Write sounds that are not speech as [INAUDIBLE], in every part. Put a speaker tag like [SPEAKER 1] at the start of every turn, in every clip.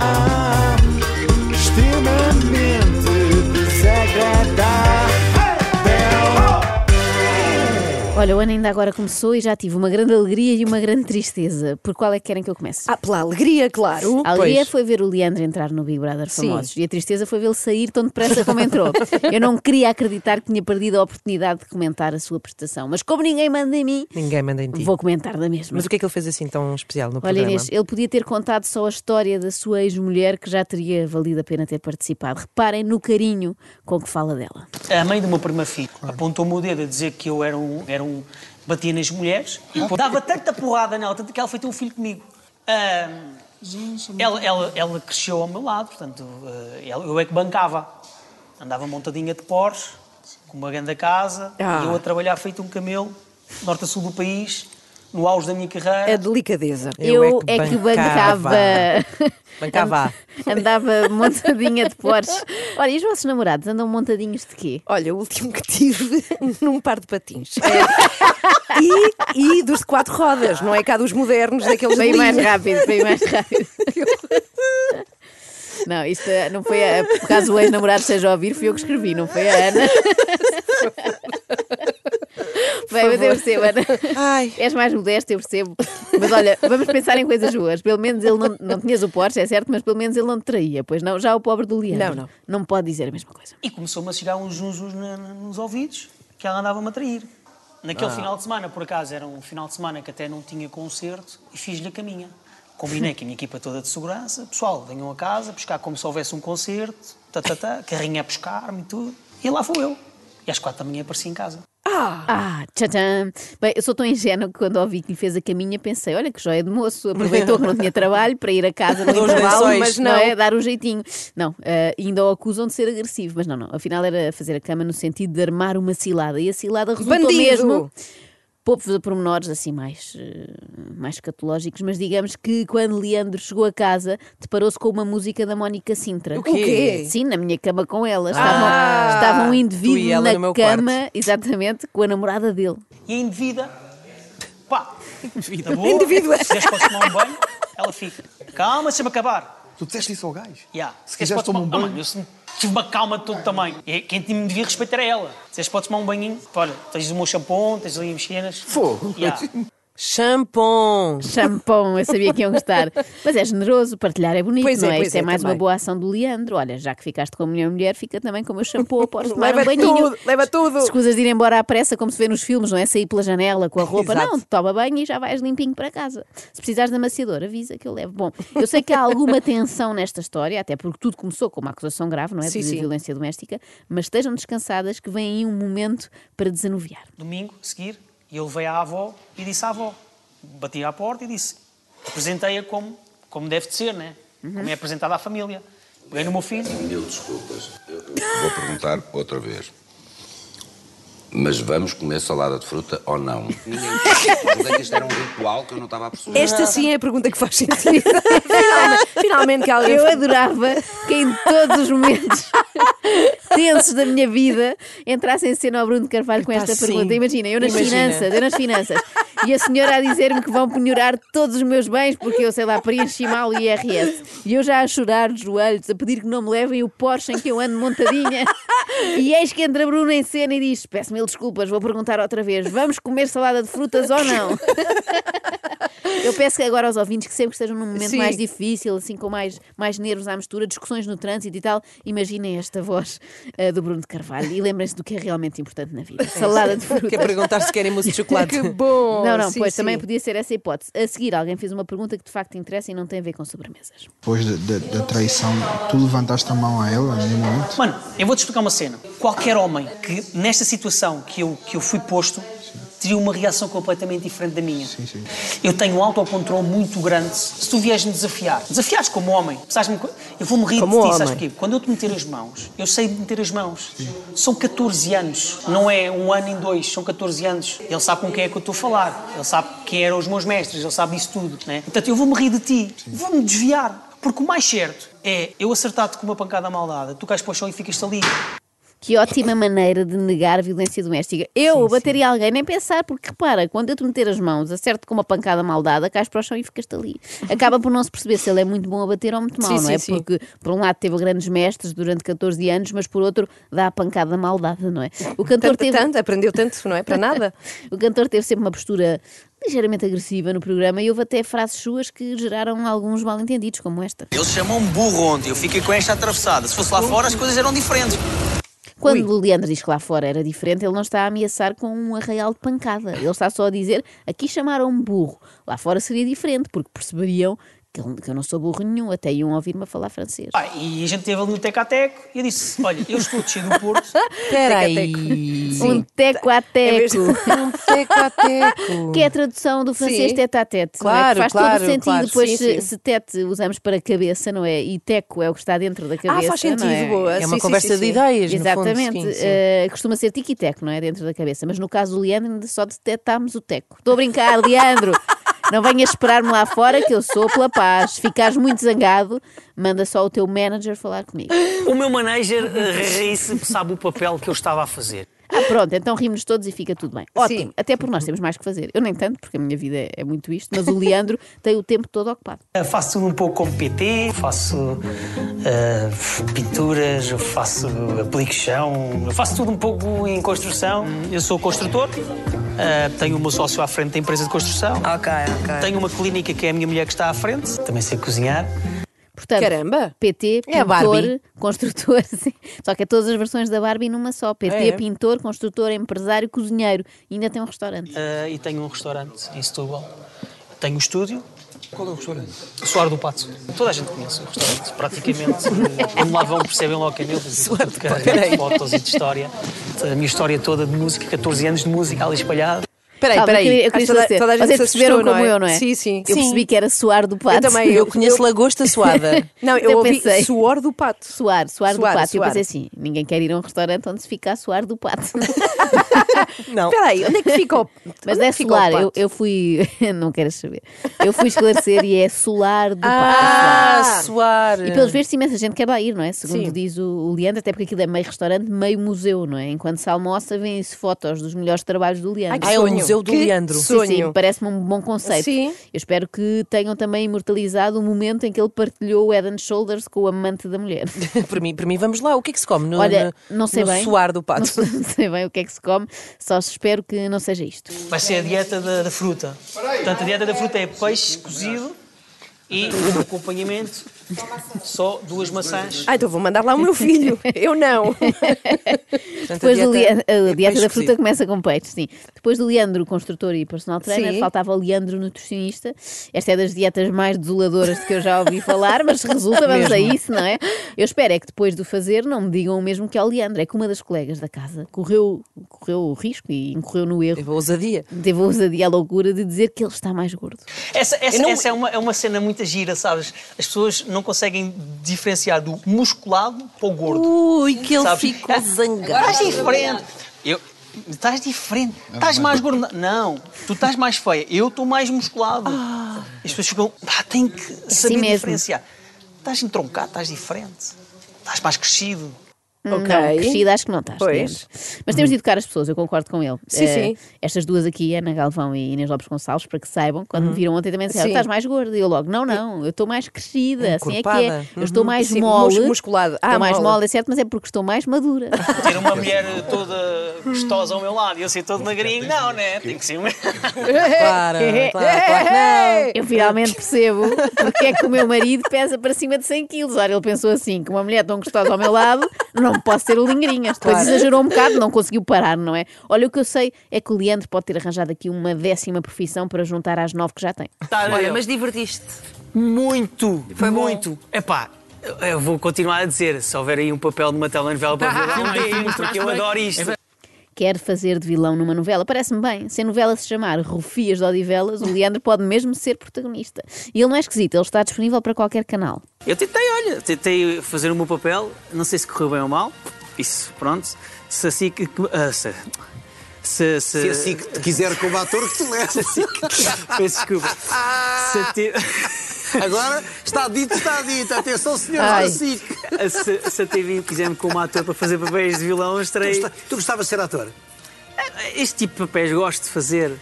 [SPEAKER 1] Ah, extremamente desagradável.
[SPEAKER 2] Olha, o ano ainda agora começou e já tive uma grande alegria e uma grande tristeza. Por qual é que querem que eu comece?
[SPEAKER 3] Ah, pela alegria,
[SPEAKER 4] um,
[SPEAKER 3] claro.
[SPEAKER 2] A alegria foi ver o Leandro entrar no Big Brother
[SPEAKER 3] Sim.
[SPEAKER 2] Famosos e a tristeza foi vê-lo sair tão depressa
[SPEAKER 4] [LAUGHS]
[SPEAKER 2] como entrou. Eu não queria acreditar que tinha perdido a oportunidade de comentar a sua prestação, mas como ninguém manda em mim,
[SPEAKER 4] Ninguém manda em ti.
[SPEAKER 2] vou comentar da mesma.
[SPEAKER 4] Mas o que é que ele fez assim tão especial no
[SPEAKER 2] Olha,
[SPEAKER 4] programa?
[SPEAKER 2] Inês, ele podia ter contado só a história da sua ex-mulher que já teria valido a pena ter participado. Reparem no carinho com que fala dela.
[SPEAKER 5] A mãe do meu primo Fico apontou-me o dedo a dizer que eu era um. Era um batia nas mulheres. Dava tanta porrada nela, tanto que ela foi ter um filho comigo. Ah, ela, ela, ela cresceu ao meu lado, portanto, ah, ela- eu é que bancava. Andava montadinha de Porsche, com uma grande casa,
[SPEAKER 3] Ah.
[SPEAKER 5] e eu a trabalhar feito um camelo, norte a sul do país, no auge da minha carreira.
[SPEAKER 3] A é delicadeza.
[SPEAKER 2] Eu,
[SPEAKER 4] Eu
[SPEAKER 2] é
[SPEAKER 4] é
[SPEAKER 2] que
[SPEAKER 4] que
[SPEAKER 2] bancava. [LAUGHS]
[SPEAKER 4] Bancava.
[SPEAKER 2] Andava montadinha de Porsche. Olha, e os vossos namorados andam montadinhos de quê?
[SPEAKER 3] Olha, o último que tive [LAUGHS] num par de patins. É. E, e dos de quatro rodas, não é cá dos modernos, daqueles
[SPEAKER 2] Bem
[SPEAKER 3] de
[SPEAKER 2] mais
[SPEAKER 3] linha.
[SPEAKER 2] rápido, bem mais rápido. Não, isto eh, não foi a. Por caso o ex-namorado seja a ouvir, fui eu que escrevi, não foi a Ana. Bem, mas eu percebo, Ana.
[SPEAKER 4] Ai.
[SPEAKER 2] És mais modesto, eu percebo. Mas olha, vamos pensar em coisas boas. Pelo menos ele não, não tinhas o Porsche, é certo, mas pelo menos ele não te traía, pois não? Já o pobre do Leandro.
[SPEAKER 3] Não, não.
[SPEAKER 2] Não pode dizer a mesma coisa.
[SPEAKER 5] E começou-me a chegar uns junjos na- na- nos ouvidos que ela andava-me a trair. Naquele final de semana, por acaso, era um final de semana que até não tinha concerto e fiz-lhe a caminha. Combinei com a minha equipa toda de segurança. Pessoal, venham a casa, buscar como se houvesse um concerto. Tá, tá, tá, carrinha a buscar-me e tudo. E lá fui eu. E às quatro da manhã apareci em casa.
[SPEAKER 2] Ah, tchatã. Bem, eu sou tão ingênua que quando ouvi que lhe fez a caminha pensei: olha que joia de moço, aproveitou que não tinha trabalho para ir a casa no
[SPEAKER 4] Dou os
[SPEAKER 2] intervalo,
[SPEAKER 4] lençóis.
[SPEAKER 2] mas não,
[SPEAKER 3] Não.
[SPEAKER 2] é dar um jeitinho. Não, eh, ainda o acusam de ser agressivo, mas não, não. Afinal era fazer a cama no sentido de armar uma cilada e a cilada resultou
[SPEAKER 3] Bandido!
[SPEAKER 2] mesmo. Poupo-vos a pormenores assim mais, eh, mais catológicos, mas digamos que quando Leandro chegou a casa, deparou-se com uma música da Mónica Sintra.
[SPEAKER 4] O quê? O
[SPEAKER 3] quê?
[SPEAKER 2] Sim, na minha cama com ela. Estava,
[SPEAKER 4] Ah,
[SPEAKER 2] estava um
[SPEAKER 4] tu e
[SPEAKER 2] indivíduo
[SPEAKER 4] ela
[SPEAKER 2] na
[SPEAKER 4] no meu
[SPEAKER 2] cama, exatamente, com a namorada dele.
[SPEAKER 5] E a indevida, pá,
[SPEAKER 4] Indevida.
[SPEAKER 5] na boa,
[SPEAKER 3] Indevida.
[SPEAKER 5] se quiseres podes tomar um banho, ela fica. Calma, deixa-me acabar.
[SPEAKER 1] Tu disseste isso ao gajo?
[SPEAKER 5] Yeah.
[SPEAKER 1] Se
[SPEAKER 5] Disseste,
[SPEAKER 1] quiseres
[SPEAKER 5] "Podes
[SPEAKER 1] tomar um
[SPEAKER 5] Ah, mano,
[SPEAKER 1] banho.
[SPEAKER 5] eu se- tive uma calma de todo tamanho. E é Quem te- me devia respeitar era ela. Disseste, podes tomar um banhinho? Olha, tens o meu shampoo, tens ali as cenas.
[SPEAKER 1] Fogo.
[SPEAKER 5] Yeah.
[SPEAKER 4] Champon.
[SPEAKER 2] Champão, eu sabia que iam gostar. Mas é generoso, partilhar é bonito,
[SPEAKER 3] Pois é,
[SPEAKER 2] não é?
[SPEAKER 3] pois
[SPEAKER 2] Isto é,
[SPEAKER 3] é,
[SPEAKER 2] mais uma
[SPEAKER 3] também.
[SPEAKER 2] boa ação do Leandro. Olha, já que ficaste com a minha mulher, fica também com o meu shampoo, podes tomar um
[SPEAKER 3] Leva
[SPEAKER 2] banhinho.
[SPEAKER 3] tudo, leva tudo.
[SPEAKER 2] Escusas de ir embora à pressa, como se vê nos filmes, não é? Sair pela janela com a roupa.
[SPEAKER 4] Exato.
[SPEAKER 2] Não, toma banho e já vais limpinho para casa. Se precisares de amaciador, avisa que eu levo. Bom, eu sei que há alguma tensão nesta história, até porque tudo começou com uma acusação grave, não é?
[SPEAKER 3] Sim,
[SPEAKER 2] de
[SPEAKER 3] sim.
[SPEAKER 2] violência doméstica, mas estejam descansadas que vem aí um momento para desanuviar.
[SPEAKER 5] Domingo, a seguir, e eu levei à avó e disse à avó. Bati à porta e disse. Apresentei-a como, como deve de ser, né?
[SPEAKER 1] Uhum.
[SPEAKER 5] Como é apresentada à família. Peguei no meu filho.
[SPEAKER 6] Mil desculpas. Eu [LAUGHS] vou perguntar outra vez. Mas vamos comer salada de fruta ou não? Ninguém. Mas é que isto era um ritual que eu não estava a perceber.
[SPEAKER 3] Esta sim é a pergunta que faz sentido. finalmente, finalmente que alguém.
[SPEAKER 2] Eu adorava que em todos
[SPEAKER 4] [LAUGHS]
[SPEAKER 2] os momentos tensos da minha vida entrasse em cena ao Bruno de Carvalho com
[SPEAKER 4] Epá,
[SPEAKER 2] esta
[SPEAKER 4] sim.
[SPEAKER 2] pergunta. Imagina, eu nas
[SPEAKER 4] Imagina.
[SPEAKER 2] finanças, eu nas finanças. E a senhora a dizer-me que vão penhorar todos os meus bens porque eu, sei lá, preenchi mal o IRS. E eu já a chorar de joelhos, a pedir que não me levem o Porsche em que eu ando montadinha. E eis que entra Bruno em cena e diz: Peço mil desculpas, vou perguntar outra vez: vamos comer salada de frutas ou não? Eu peço agora aos ouvintes que sempre que estejam num momento
[SPEAKER 3] Sim.
[SPEAKER 2] mais difícil, assim com mais, mais nervos à mistura, discussões no trânsito e tal, imaginem esta voz ah, do Bruno de Carvalho e lembrem-se do que é realmente importante na vida. Salada de fruta.
[SPEAKER 4] É. Quer perguntar se querem mousse de chocolate.
[SPEAKER 3] Que bom!
[SPEAKER 2] Não, não,
[SPEAKER 3] Sim,
[SPEAKER 2] pois
[SPEAKER 3] sim.
[SPEAKER 4] é
[SPEAKER 2] também podia ser essa a hipótese. A seguir, alguém fez uma pergunta que de facto interessa e não tem a ver com sobremesas.
[SPEAKER 7] Depois da, da- da traição, tu levantaste a mão a ela em nenhum momento?
[SPEAKER 5] Mano, eu vou-te explicar uma cena. Qualquer homem que, nesta situação que eu, que eu fui posto, teria uma reação completamente diferente da minha.
[SPEAKER 7] Sim, sim.
[SPEAKER 5] Eu tenho um autocontrole muito grande. Se tu vieres me desafiar, desafiares como homem, sabes-me co- eu vou-me rir
[SPEAKER 4] Como
[SPEAKER 5] de ti, sabes
[SPEAKER 4] homem.
[SPEAKER 5] porquê? Quando eu te meter as mãos, eu sei meter as mãos. São 14 anos, não é um ano em dois, são 14 anos. Ele sabe com quem é que eu estou a falar, ele sabe quem eram os meus mestres, ele sabe isso tudo, né? Portanto, eu vou-me rir de ti, vou-me desviar, porque o mais certo é eu acertar-te com uma pancada maldada, tu cais para o chão e ficas ali.
[SPEAKER 2] Que ótima maneira de negar a violência doméstica. Eu bateria alguém, nem pensar, porque repara, quando eu te meter as mãos, acerto com uma pancada maldada, cais para o chão e ficas-te ali. Acaba por não se perceber se ele é muito bom a bater ou muito mau,
[SPEAKER 4] Sim,
[SPEAKER 2] não
[SPEAKER 4] sim,
[SPEAKER 2] é?
[SPEAKER 4] sim.
[SPEAKER 2] Porque, por um lado, teve grandes mestres durante 14 anos, mas por outro, dá a pancada maldada, não é? O cantor
[SPEAKER 3] Tanto,
[SPEAKER 2] teve.
[SPEAKER 3] tanto, aprendeu tanto, não é?
[SPEAKER 2] [LAUGHS]
[SPEAKER 3] Para nada.
[SPEAKER 2] O cantor teve sempre uma postura ligeiramente agressiva no programa e houve até frases suas que geraram alguns mal-entendidos, como esta.
[SPEAKER 8] Eles chamam-me burro ontem, eu fiquei com esta atravessada. Se fosse lá fora, as coisas eram diferentes.
[SPEAKER 2] Quando o Leandro diz que lá fora era diferente, ele não está a ameaçar com um arraial de pancada. Ele está só a dizer: aqui chamaram-me burro. Lá fora seria diferente, porque perceberiam que eu- que eu não sou burro nenhum, até iam ouvir-me a falar francês.
[SPEAKER 5] Pá, Ah, e a gente teve ali um teco-a-teco e eu disse: Olha, eu estou descer do Porto,
[SPEAKER 4] Espera aí.
[SPEAKER 2] Um teco a
[SPEAKER 3] É
[SPEAKER 2] teco.
[SPEAKER 3] mesmo.
[SPEAKER 4] Um
[SPEAKER 3] [LAUGHS]
[SPEAKER 4] teco a teco.
[SPEAKER 2] Que é a tradução do francês
[SPEAKER 3] Sim.
[SPEAKER 2] tete a tete. não é?
[SPEAKER 4] Claro,
[SPEAKER 2] Que faz todo
[SPEAKER 4] claro,
[SPEAKER 2] o sentido.
[SPEAKER 4] claro.
[SPEAKER 2] Depois,
[SPEAKER 3] Sim,
[SPEAKER 2] se,
[SPEAKER 3] sim.
[SPEAKER 2] se tete usamos para cabeça, não é? E teco é o que está dentro da
[SPEAKER 3] Ah,
[SPEAKER 2] cabeça.
[SPEAKER 3] faz sentido,
[SPEAKER 2] não é?
[SPEAKER 3] boa.
[SPEAKER 4] É
[SPEAKER 3] Sim,
[SPEAKER 4] uma
[SPEAKER 3] sim,
[SPEAKER 4] conversa
[SPEAKER 3] sim,
[SPEAKER 4] de
[SPEAKER 3] sim.
[SPEAKER 4] ideias, no fundo,
[SPEAKER 2] Exatamente,
[SPEAKER 4] sim, sim.
[SPEAKER 2] eh, costuma ser tiqui-teco, não é? Dentro da cabeça, mas no caso do Leandro ainda só detectámos o teco. Estou a brincar,
[SPEAKER 3] [LAUGHS]
[SPEAKER 2] Leandro! Não venhas esperar-me lá fora que eu sou pela paz. Se ficares muito zangado, manda só o teu manager falar comigo.
[SPEAKER 5] [LAUGHS] o meu manager eh, ri-se, sabe o papel que eu estava a fazer.
[SPEAKER 2] Ah, pronto, então rimos todos e fica tudo bem. Ótimo,
[SPEAKER 3] Sim.
[SPEAKER 2] até porque nós temos mais que fazer. Eu nem tanto, porque a minha vida é- é muito isto, mas o
[SPEAKER 3] [LAUGHS]
[SPEAKER 2] Leandro tem o tempo todo ocupado.
[SPEAKER 5] Eu faço tudo um pouco como PT, faço eh, pinturas, eu faço aplico chão, eu faço tudo um pouco em construção. Eu sou construtor, eh, tenho o meu sócio à frente da empresa de construção,
[SPEAKER 8] Ok, ok.
[SPEAKER 5] tenho uma clínica que é a minha mulher que está à frente, também sei cozinhar.
[SPEAKER 2] Portanto,
[SPEAKER 3] Caramba.
[SPEAKER 2] PT,
[SPEAKER 3] É a
[SPEAKER 2] pintor,
[SPEAKER 3] Barbie.
[SPEAKER 2] construtor. [LAUGHS] sim. Só que é todas as versões da Barbie numa só. PT,
[SPEAKER 4] É, é.
[SPEAKER 2] pintor, construtor, empresário, cozinheiro. E ainda tem um restaurante.
[SPEAKER 5] Eh, e tenho um restaurante em Setúbal. Tenho um estúdio. Qual é o restaurante? Soar do Pato. Toda a gente conhece o restaurante, praticamente. Quando lá vão, percebem logo que é meu. Soar do Pato. De fotos e de história. A minha história toda de música, 14 anos de música ali espalhada.
[SPEAKER 3] Espera aí,
[SPEAKER 2] Calma,
[SPEAKER 3] espera aí.
[SPEAKER 2] Ah, eu queria- eu
[SPEAKER 3] Acho
[SPEAKER 2] queria
[SPEAKER 3] que toda,
[SPEAKER 2] esclarecer.
[SPEAKER 3] toda a gente
[SPEAKER 2] Vocês
[SPEAKER 3] se
[SPEAKER 2] perceberam
[SPEAKER 3] assustou, não
[SPEAKER 2] como
[SPEAKER 3] é?
[SPEAKER 2] eu, não é?
[SPEAKER 3] Sim, sim.
[SPEAKER 2] Eu percebi que era suar do pato.
[SPEAKER 3] Eu também.
[SPEAKER 4] Eu conheço lagosta
[SPEAKER 2] [LAUGHS]
[SPEAKER 4] suada.
[SPEAKER 3] Não, eu,
[SPEAKER 2] Eu
[SPEAKER 3] ouvi
[SPEAKER 2] pensei.
[SPEAKER 3] suor do pato.
[SPEAKER 2] Suar, suar,
[SPEAKER 3] Suar,
[SPEAKER 2] do pato. E Eu
[SPEAKER 3] suar.
[SPEAKER 2] pensei assim: ninguém quer ir a um restaurante onde se fica a suar do pato.
[SPEAKER 4] Não.
[SPEAKER 3] Espera aí, onde é que fica o
[SPEAKER 2] [LAUGHS] Mas
[SPEAKER 3] onde
[SPEAKER 2] é
[SPEAKER 3] que fica o
[SPEAKER 2] solar, eu,
[SPEAKER 3] pato?
[SPEAKER 2] eu fui. [LAUGHS] não queres saber. Eu fui esclarecer e é solar do pato.
[SPEAKER 4] Ah, suar. [LAUGHS]
[SPEAKER 2] E pelos vistos, imensa gente quer lá ir, não é? Segundo
[SPEAKER 3] Sim.
[SPEAKER 2] diz o, o Leandro, até porque aquilo é meio restaurante, meio museu, não é? Enquanto se almoça, vêm-se fotos dos melhores trabalhos do Leandro.
[SPEAKER 3] que
[SPEAKER 4] Ah, é o
[SPEAKER 3] sonho.
[SPEAKER 4] museu do
[SPEAKER 3] Que
[SPEAKER 4] Leandro.
[SPEAKER 3] sonho.
[SPEAKER 2] Sim, sim, parece-me um bom conceito.
[SPEAKER 3] Sim.
[SPEAKER 2] Eu espero que tenham também imortalizado o momento em que ele partilhou o Head and Shoulders com o amante da mulher. [LAUGHS]
[SPEAKER 4] Para mim, para mim, vamos lá. O que é que se come no,
[SPEAKER 2] Olha,
[SPEAKER 4] no-
[SPEAKER 2] não sei
[SPEAKER 4] no
[SPEAKER 2] bem.
[SPEAKER 4] suar do pato? [LAUGHS]
[SPEAKER 2] Não sei, não sei bem o que é que se come, só espero que não seja isto.
[SPEAKER 5] Vai ser a dieta da, da fruta. Portanto, a dieta da fruta é peixe cozido e, como acompanhamento, só duas maçãs.
[SPEAKER 3] Ah, então vou mandar lá o meu filho. Eu
[SPEAKER 2] [LAUGHS]
[SPEAKER 3] não.
[SPEAKER 4] Portanto,
[SPEAKER 2] Depois do Leandro, a
[SPEAKER 4] é
[SPEAKER 2] dieta
[SPEAKER 4] peixe
[SPEAKER 2] da fruta
[SPEAKER 4] cozido.
[SPEAKER 2] começa com peixe, sim. Depois do Leandro, construtor e personal trainer,
[SPEAKER 3] Sim.
[SPEAKER 2] faltava o Leandro, nutricionista. Esta é das dietas mais desoladoras de que eu já ouvi falar, mas resulta, vamos a isso, não é? Eu espero é que depois do fazer não me digam o mesmo que ao Leandro. É que uma das colegas da casa correu, correu o risco e incorreu no erro.
[SPEAKER 4] Teve a É ousadia.
[SPEAKER 2] Teve a ousadia à loucura de dizer que ele está mais gordo.
[SPEAKER 5] Essa, essa,
[SPEAKER 4] Eu não-
[SPEAKER 5] essa é, uma, é uma cena muito gira, sabes? As pessoas não conseguem diferenciar do musculado para o gordo.
[SPEAKER 4] Ui, que ele
[SPEAKER 5] Sabes? É.
[SPEAKER 4] ficou zangado.
[SPEAKER 5] Estás diferente. Eu, estás diferente. Estás mais gordo. Não, tu estás mais feia. Eu estou mais musculado. As pessoas ficam. Ah, tem que saber
[SPEAKER 2] mesmo.
[SPEAKER 5] diferenciar. Estás entroncado, estás diferente. Estás mais crescido.
[SPEAKER 3] Hum, Ok.
[SPEAKER 2] Não, crescida acho que não estás.
[SPEAKER 3] Pois.
[SPEAKER 2] Leandro. Mas temos de educar as pessoas, eu concordo com ele.
[SPEAKER 3] Sim,
[SPEAKER 2] Eh,
[SPEAKER 3] sim.
[SPEAKER 2] Estas duas aqui, Ana Galvão e Inês Lopes Gonçalves, para que saibam, quando me viram ontem também disseram,
[SPEAKER 3] Uhum. Sim.
[SPEAKER 2] estás mais gorda. E eu logo, não, não, eu estou mais crescida, assim é que é.
[SPEAKER 4] Encorpada.
[SPEAKER 2] Eu estou mais
[SPEAKER 3] Uhum. Sim,
[SPEAKER 2] mole.
[SPEAKER 3] mus- musculado. Ah,
[SPEAKER 2] estou mais
[SPEAKER 3] mole.
[SPEAKER 2] mole, é certo, mas é porque estou mais madura.
[SPEAKER 5] Ter uma mulher toda gostosa ao meu lado e eu ser todo magrinho, não, né? Tem que ser.
[SPEAKER 4] Claro, claro, claro que não.
[SPEAKER 2] Eu finalmente percebo porque é que o meu marido pesa para cima de 100 quilos. Ora, ele pensou assim: que uma mulher tão gostosa ao meu lado, não posso ser o Lingrinhas. Depois
[SPEAKER 4] Claro.
[SPEAKER 2] exagerou um bocado, não conseguiu parar, não é? Olha, o que eu sei é que o Leandro pode ter arranjado aqui uma décima profissão para juntar às nove que já tem.
[SPEAKER 5] Olha,
[SPEAKER 8] mas divertiste.
[SPEAKER 5] muito,
[SPEAKER 8] Foi bom.
[SPEAKER 5] muito. É pá. Eu vou continuar a dizer, se houver aí um papel de uma telenovela para [LAUGHS] ver, eu digo, porque eu adoro isto.
[SPEAKER 2] Quer fazer de vilão numa novela? Parece-me bem. Se a novela se chamar Rufias de Odivelas, o Leandro pode mesmo ser protagonista. E ele não é esquisito, ele está disponível para qualquer canal.
[SPEAKER 5] Eu tentei, olha, tentei fazer o meu papel, não sei se correu bem ou mal, isso, pronto. Se assim que. que- ah, se, se, se,
[SPEAKER 6] Se assim [LAUGHS] que te quiser como ator que te leva.
[SPEAKER 5] se assim que- Peço desculpa. Se a ti- [LAUGHS]
[SPEAKER 9] Agora está dito, está dito. Atenção, senhor
[SPEAKER 2] Ai.
[SPEAKER 9] Francisco.
[SPEAKER 5] Se, se a TV quiser-me como ator para fazer papéis de vilão,
[SPEAKER 9] Tu
[SPEAKER 5] estarei.
[SPEAKER 6] Então
[SPEAKER 9] gosta- Tu gostavas de ser ator?
[SPEAKER 5] Este tipo de papéis gosto de fazer.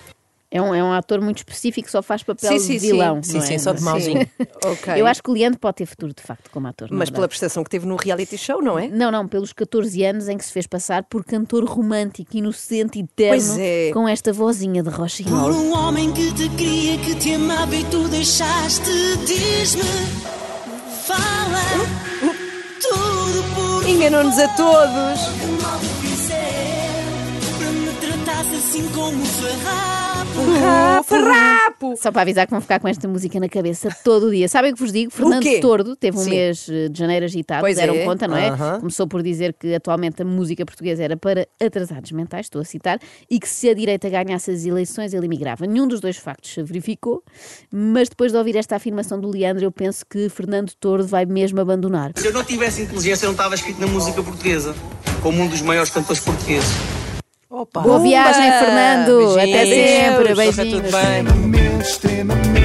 [SPEAKER 2] É um, é um ator muito específico, só faz papel
[SPEAKER 3] Sim, sim,
[SPEAKER 2] de vilão.
[SPEAKER 4] sim.
[SPEAKER 2] não
[SPEAKER 4] Sim, sim,
[SPEAKER 2] é?
[SPEAKER 4] só de
[SPEAKER 2] [LAUGHS]
[SPEAKER 4] mauzinho.
[SPEAKER 3] Ok.
[SPEAKER 2] Eu acho que o Leandro pode ter futuro, de facto, como ator. na
[SPEAKER 3] Mas pela
[SPEAKER 2] verdade.
[SPEAKER 3] prestação que teve no reality show, não é?
[SPEAKER 2] Não, não, pelos 14 anos em que se fez passar por cantor romântico, inocente e terno,
[SPEAKER 3] Pois é.
[SPEAKER 2] com esta vozinha de roxinha.
[SPEAKER 10] Por um homem que te queria, que te amava e tu deixaste, diz-me, fala tudo por um
[SPEAKER 3] Enganou-nos a todos.
[SPEAKER 10] que mal te fizer, para me tratares assim como farrapo.
[SPEAKER 3] Ah, farrapo!
[SPEAKER 2] Só para avisar que vão ficar com esta música na cabeça todo o dia. Sabem o que vos digo? Fernando
[SPEAKER 3] quê?
[SPEAKER 2] Tordo teve um
[SPEAKER 3] Sim.
[SPEAKER 2] mês eh, de janeiro agitado,
[SPEAKER 3] Pois
[SPEAKER 2] deram
[SPEAKER 3] é.
[SPEAKER 2] conta, não é?
[SPEAKER 4] Aham.
[SPEAKER 2] Começou por dizer que atualmente a música portuguesa era para atrasados mentais, estou a citar, e que se a direita ganhasse as eleições ele emigrava. Nenhum dos dois factos se verificou, mas depois de ouvir esta afirmação do Leandro, eu penso que Fernando Tordo vai mesmo abandonar.
[SPEAKER 8] Se eu não tivesse inteligência, eu não estava escrito na música portuguesa, como um dos maiores cantores portugueses.
[SPEAKER 4] Opa.
[SPEAKER 2] Boa viagem, Fernando!
[SPEAKER 4] Beijinhos.
[SPEAKER 2] Até sempre!
[SPEAKER 4] Beijinhos.
[SPEAKER 2] Beijinhos!
[SPEAKER 4] Tudo bem.
[SPEAKER 1] extremamente, Ah, extremamente.